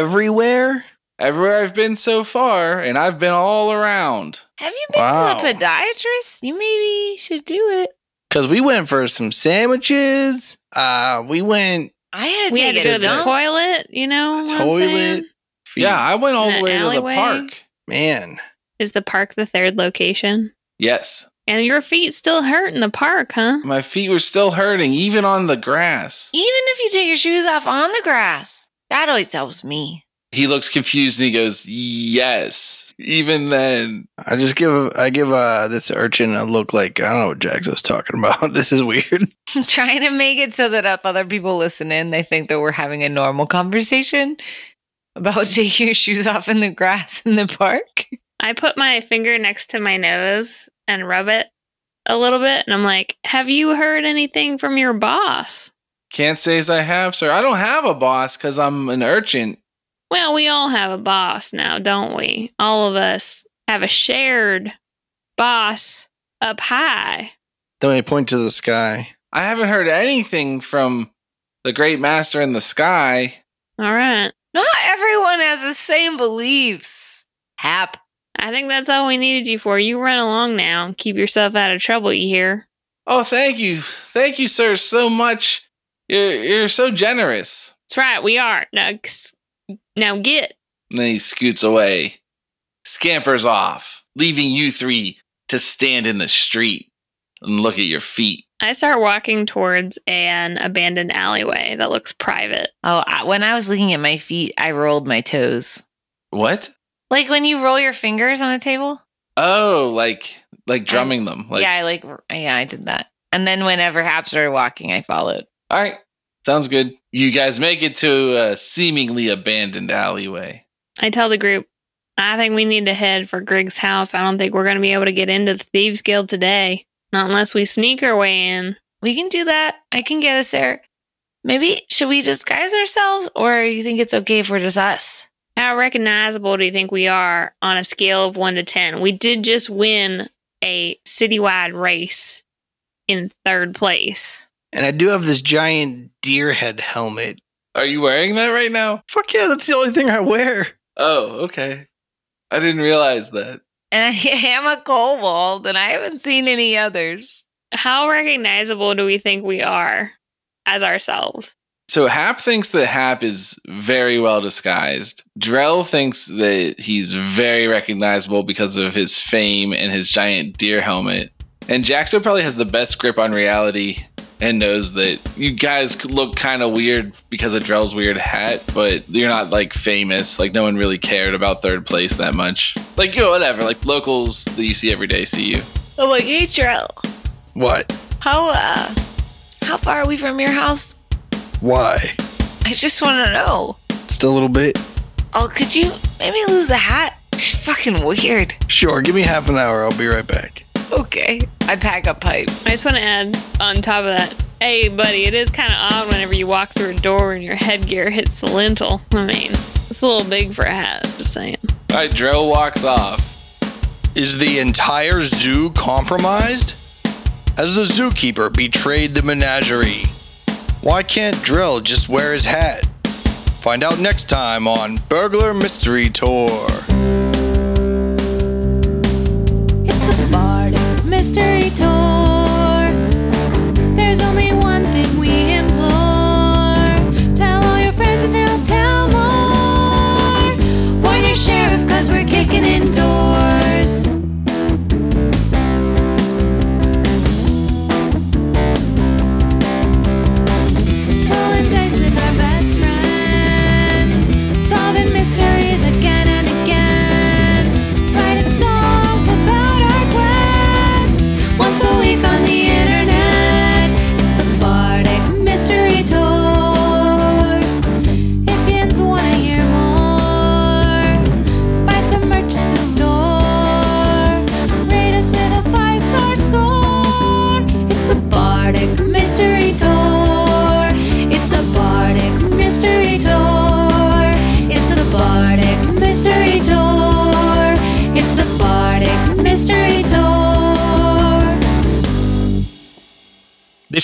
Everywhere? Everywhere I've been so far, and I've been all around. Have you been Wow. to a podiatrist? You maybe should do it. Because we went for some sandwiches. Uh, we went I had to we had take to go a to the dump. toilet, you know? to what the I'm toilet. saying? Yeah, I went all In the an way to the alleyway? park. Man. Is the park the third location? Yes, And your feet still hurt in the park, huh? my feet were still hurting, even on the grass. Even if you take your shoes off on the grass, that always helps me. [LAUGHS] He looks confused and he goes, Yes. Even then, I just give I give uh this urchin a look like I don't know what Jax was talking [LAUGHS] about. This is weird. trying to make it so that if other people listen in, they think that we're having a normal conversation about [LAUGHS] taking your shoes off in the grass in the park. I put my finger next to my nose and rub it a little bit, and I'm like, "Have you heard anything from your boss?" can't say as I have, sir. I don't have a boss because I'm an urchin. Well, we all have a boss now, don't we? All of us have a shared boss up high. Then we point to the sky. I haven't heard anything from the great master in the sky. All right. Not everyone has the same beliefs. Hap. I think that's all we needed you for. You run along now. Keep yourself out of trouble, you hear? Oh, thank you. Thank you, sir, so much. You're, you're so generous. That's right, we are. Now, c- now get. And then he scoots away, scampers off, leaving you three to stand in the street and look at your feet. I start walking towards an abandoned alleyway that looks private. Oh, I, when I was looking at my feet, I rolled my toes. What? Like when you roll your fingers on a table? Oh, like like drumming them. Like, yeah, I like yeah, I did that. And then whenever Hap started walking, I followed. all right, sounds good. You guys make it to a seemingly abandoned alleyway. I tell the group, I think we need to head for Grig's house. I don't think we're going to be able to get into the Thieves Guild today. Not unless we sneak our way in. We can do that. I can get us there. Maybe should we disguise ourselves or you think it's okay if we're just us? How recognizable do you think we are on a scale of 1 to 10? We did just win a citywide race in third place. And I do have this giant deer head helmet. Are you wearing that right now? Fuck yeah, that's the only thing I wear. Oh, okay. I didn't realize that. And [LAUGHS] I am a kobold and I haven't seen any others. How recognizable do we think we are as ourselves? So Hap thinks that Hap is very well disguised. Drell thinks that he's very recognizable because of his fame and his giant deer helmet. And Jaxo probably has the best grip on reality and knows that you guys look kind of weird because of Drell's weird hat, but you're not like famous. Like no one really cared about third place that much. Like you know, whatever. Like locals that you see every day see you. Oh my hey Drill. What? How uh how far are we from your house? Why? I just wanna know. Just a little bit. Oh, could you maybe lose the hat? It's fucking weird. Sure, give me half an hour. I'll be right back. Okay. I pack a pipe. I just want to add on top of that. Hey, buddy, it is kind of odd whenever you walk through a door and your headgear hits the lintel. I mean, it's a little big for a hat, just saying. All right, Drell walks off. Is the entire zoo compromised? Has the zookeeper betrayed the menagerie? Why can't Drill just wear his hat? Find out next time on Burglar Mystery Tour. It's the Bardic Mystery Tour. There's only one thing we implore. Tell all your friends and they'll tell more. Warn your sheriff, cause we're kicking in doors. Rolling dice with our best friends. Solving mysteries again and again. Writing songs about our quest. Once a week on the internet. It's the Bardic Mystery Tour. If yins want to hear more, buy some merch at the store. Rate us with a five star score. It's the Bardic Mystery Tour. It's the Bardic Mystery Tour. It's the Bardic Mystery Tour. It's the Bardic Mystery Tour. This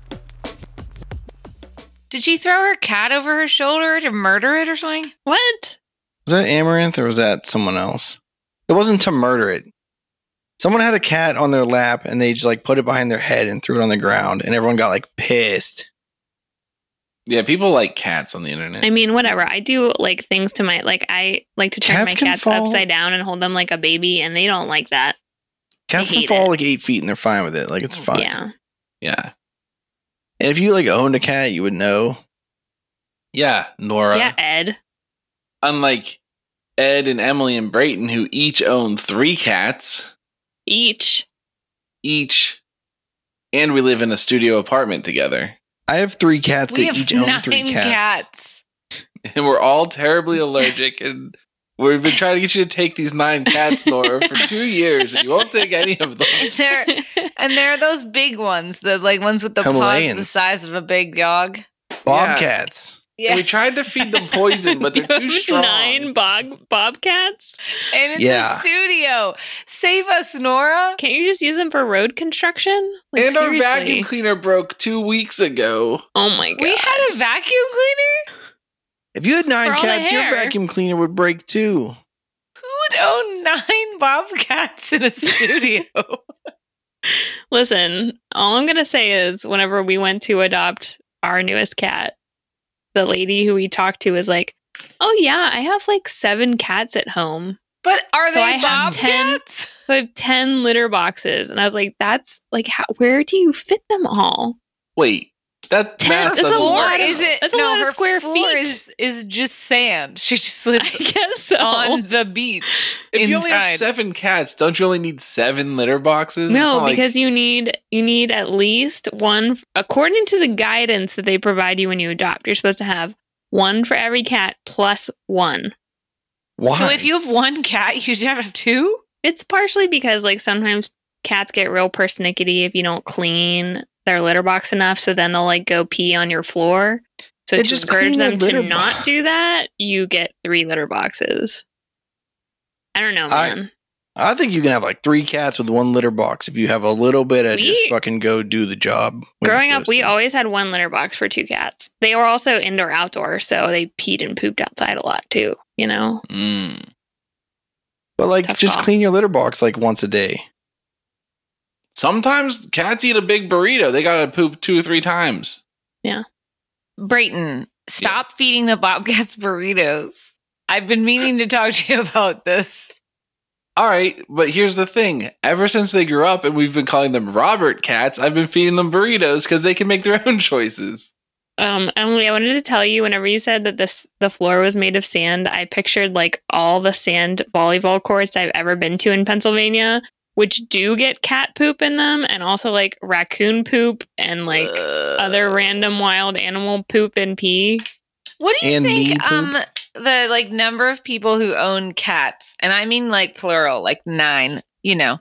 Did she throw her cat over her shoulder to murder it or something? What? Was that Amaranth or was that someone else? It wasn't to murder it. Someone had a cat on their lap and they just like put it behind their head and threw it on the ground and everyone got like pissed. Yeah, people like cats on the internet. I mean, whatever. I do like things to my like. I like to turn Cats my can cats fall. upside down and hold them like a baby, and they don't like that. Cats can hate fall it. like eight feet and they're fine with it. Like it's fine. Yeah, yeah. And if you like owned a cat, you would know. Yeah, Nora. yeah. Ed, Unlike Ed and Emily and Brayton, who each own three cats, each. each, and we live in a studio apartment together. [LAUGHS] I have three cats that each own three cats. And we're all terribly allergic. And we've been trying to get you to take these nine cats, Nora, [LAUGHS] for two years, and you won't take any of them. And they're and there are those big ones, the like ones with the paws the Himalayans. size of a big dog. Bobcats. Yeah, We and tried to feed them poison, but [LAUGHS] they're too strong. Nine bog bobcats. it's Yeah. a studio. Save us, Nora. Can't you just use them for road construction? Like, and our seriously. vacuum cleaner broke two weeks ago. Oh my god. We had a vacuum cleaner. If you had nine For all the cats, your hair. vacuum cleaner would break too. Who would own nine bobcats in a [LAUGHS] studio? Listen, all I'm gonna say is whenever we went to adopt our newest cat, the lady who we talked to was like, "Oh yeah, I have like seven cats at home. but are So they I have 10. bobcats? So I have ten litter boxes." And I was like, "That's like, how, where do you fit them all?" [LAUGHS] Wait, that Ten- math that's a doesn't lot work. of- is it? that's a no, lot of her square floor feet. Is is just sand. She just [LAUGHS] I lives guess so. on the beach. If you only have inside. seven cats, don't you only need seven litter boxes? It's No, not like- because you need you need at least one according to the guidance that they provide you when you adopt. You're supposed to have one for every cat plus one. Why? So if you have one cat, you should have two. It's partially because like sometimes cats get real persnickety if you don't clean their litter box enough, so then they'll like go pee on your floor. So Then to just encourage clean their them to litter not box. do that, you get three litter boxes. I don't know, I- man. I think you can have like three cats with one litter box if you have a little bit of just We- fucking go do the job. when you're Growing up, supposed we to. always had one litter box for two cats. They were also indoor outdoor, so they peed and pooped outside a lot too, you know? Mm. But like, Tough just call. clean your litter box like once a day. sometimes cats eat a big burrito. They gotta poop two or three times. Brayton, stop feeding the Bobcats [LAUGHS] burritos. I've been meaning to talk to you [LAUGHS] about this. All right, but here's the thing. Ever since they grew up and we've been calling them Robert cats, I've been feeding them burritos because they can make their own [LAUGHS] choices. Um, Emily, I wanted to tell you whenever you said that this the floor was made of sand, I pictured like all the sand volleyball courts I've ever been to in Pennsylvania, which do get cat poop in them and also like raccoon poop and like Uh. other random wild animal poop and pee. What do you And me think poop. um the like number of people who own cats, and I mean like plural, like 9, you know.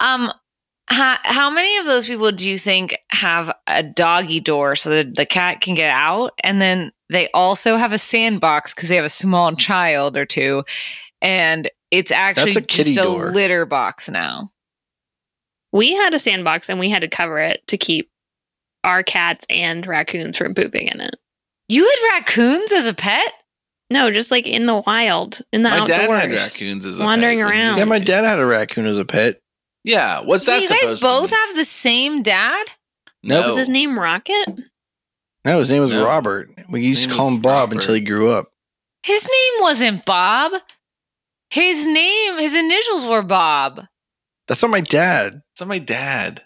Um how, how many of those people do you think have a doggy door so that the cat can get out and then they also have a sandbox cuz they have a small [LAUGHS] child or two and it's actually a kitty just a door. litter box now. We had a sandbox and we had to cover it to keep our cats and raccoons from pooping in it. You had raccoons as a pet? No, just like in the wild, in the My outdoors. dad had raccoons as a Wandering pet when he was a around. Yeah, my kid. dad had a raccoon as a pet. Yeah, what's that you supposed guys both to mean? have the same dad? no, Was his name Rocket? No, his name was No. Robert. We used to name call was him Bob Robert. until he grew up. His name wasn't Bob. His name, his initials were Bob. That's not my dad. it's not my dad.